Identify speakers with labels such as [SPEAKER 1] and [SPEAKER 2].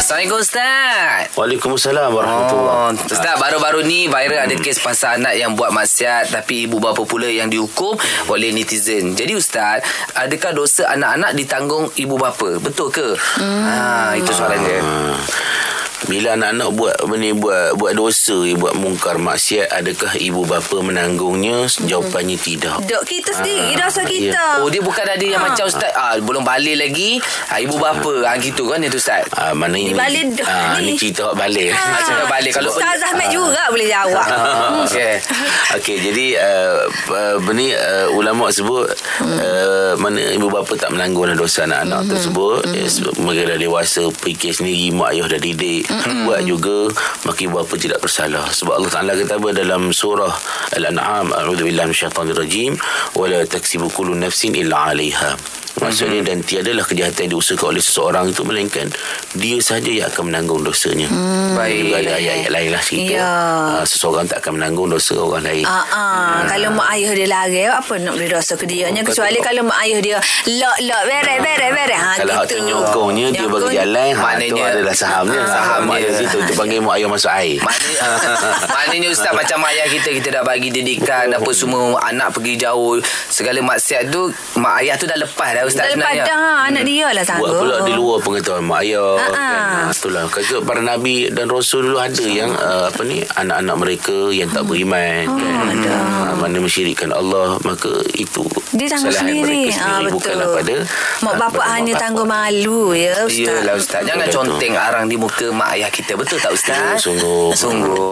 [SPEAKER 1] Assalamualaikum Ustaz
[SPEAKER 2] Waalaikumsalam warahmatullahi
[SPEAKER 1] Oh, Ustaz baru-baru ni viral
[SPEAKER 2] Hmm.
[SPEAKER 1] ada kes pasal anak yang buat maksiat tapi ibu bapa pula yang dihukum oleh netizen. Jadi Ustaz, adakah dosa anak-anak ditanggung ibu bapa? Betul ke? Hmm. Ha, itu soalan dia.
[SPEAKER 2] Ha. Bila anak-anak buat ni buat buat dosa, buat mungkar maksiat, adakah ibu bapa menanggungnya? Jawapannya tidak.
[SPEAKER 3] Dok kita sendiri
[SPEAKER 2] Ah,
[SPEAKER 3] dosa kita.
[SPEAKER 1] Oh, dia bukan ada yang macam Ustaz, ah, belum balik lagi, ah, ibu bapa. Ha, gitu kan itu Ustaz?
[SPEAKER 2] Ah mana ini?
[SPEAKER 3] balik dah
[SPEAKER 2] Ah ni
[SPEAKER 3] ni.
[SPEAKER 2] cerita awak balik. Ah.
[SPEAKER 3] Ha.
[SPEAKER 1] Macam dah balik kalau
[SPEAKER 3] Ustaz Ahmad juga boleh jawab.
[SPEAKER 1] Ah, Okey.
[SPEAKER 2] Okey, jadi uh, uh, ni uh, ulama sebut uh, mana ibu bapa tak menanggung lah dosa anak-anak tersebut. Eh, sebab mereka dah dewasa, fikir sendiri, mak ayah dah didik, buat juga, maka ibu bapa tidak bersalah. Sebab Allah Taala kata apa dalam surah Al-An'am, a'udzu billahi minasyaitonir rajim, wala taksibu kullu nafsin illa 'alaiha. Maksudnya dan tiadalah kejahatan yang diusahakan oleh seseorang itu melainkan dia sahaja yang akan menanggung dosanya. Hmm.
[SPEAKER 1] Baik.
[SPEAKER 2] Juga ada ayat-ayat lain lah cerita.
[SPEAKER 3] Ya.
[SPEAKER 2] Ah, seseorang tak akan menanggung dosa orang lain.
[SPEAKER 3] Ah, ah. Kalau mak ayah dia lari Apa nak beri dosa ke dia
[SPEAKER 2] Oh,
[SPEAKER 3] Kecuali
[SPEAKER 2] betul.
[SPEAKER 3] kalau mak ayah dia Lok lok beret beret beret ha,
[SPEAKER 2] Kalau hak tu
[SPEAKER 3] gitu.
[SPEAKER 2] nyokongnya Dia bagi
[SPEAKER 3] Nyokong-
[SPEAKER 2] jalan ha, Tu
[SPEAKER 1] Maknanya-
[SPEAKER 2] adalah sahamnya
[SPEAKER 1] Ah,
[SPEAKER 2] Saham mak
[SPEAKER 1] sahamnya.
[SPEAKER 2] ayah situ Tu panggil mak ayah masuk air
[SPEAKER 1] Maknanya, maknanya Ustaz macam mak ayah kita Kita dah bagi didikan Apa semua Anak pergi jauh Segala maksiat tu Mak ayah tu dah lepas dah Ustaz
[SPEAKER 3] Dah lepas
[SPEAKER 1] sebenarnya
[SPEAKER 3] dah ha, Anak dia lah
[SPEAKER 2] Hmm. Buat
[SPEAKER 3] sanggup
[SPEAKER 2] pula di luar pengetahuan mak ayah
[SPEAKER 3] Ah,
[SPEAKER 2] kan.
[SPEAKER 3] ah.
[SPEAKER 2] Ha, Itulah Kata para nabi dan rasul dulu ada yang uh, Apa ni Anak-anak mereka yang tak beriman
[SPEAKER 3] Ah,
[SPEAKER 2] kan. ha, Mana mensyirikkan Allah Maka itu
[SPEAKER 3] Dia tanggung
[SPEAKER 2] kesalahan
[SPEAKER 3] sendiri, Ah,
[SPEAKER 2] mereka sendiri
[SPEAKER 3] betul.
[SPEAKER 2] Bukanlah pada
[SPEAKER 3] Mak
[SPEAKER 2] ah,
[SPEAKER 3] bapak
[SPEAKER 2] pada mak
[SPEAKER 3] hanya
[SPEAKER 2] bapak.
[SPEAKER 3] tanggung malu ya Ustaz
[SPEAKER 1] Yelah Ustaz Jangan
[SPEAKER 2] Betul.
[SPEAKER 1] conteng arang di muka mak ayah kita Betul tak
[SPEAKER 2] Ya,
[SPEAKER 1] Ustaz?
[SPEAKER 2] Sungguh
[SPEAKER 1] Sungguh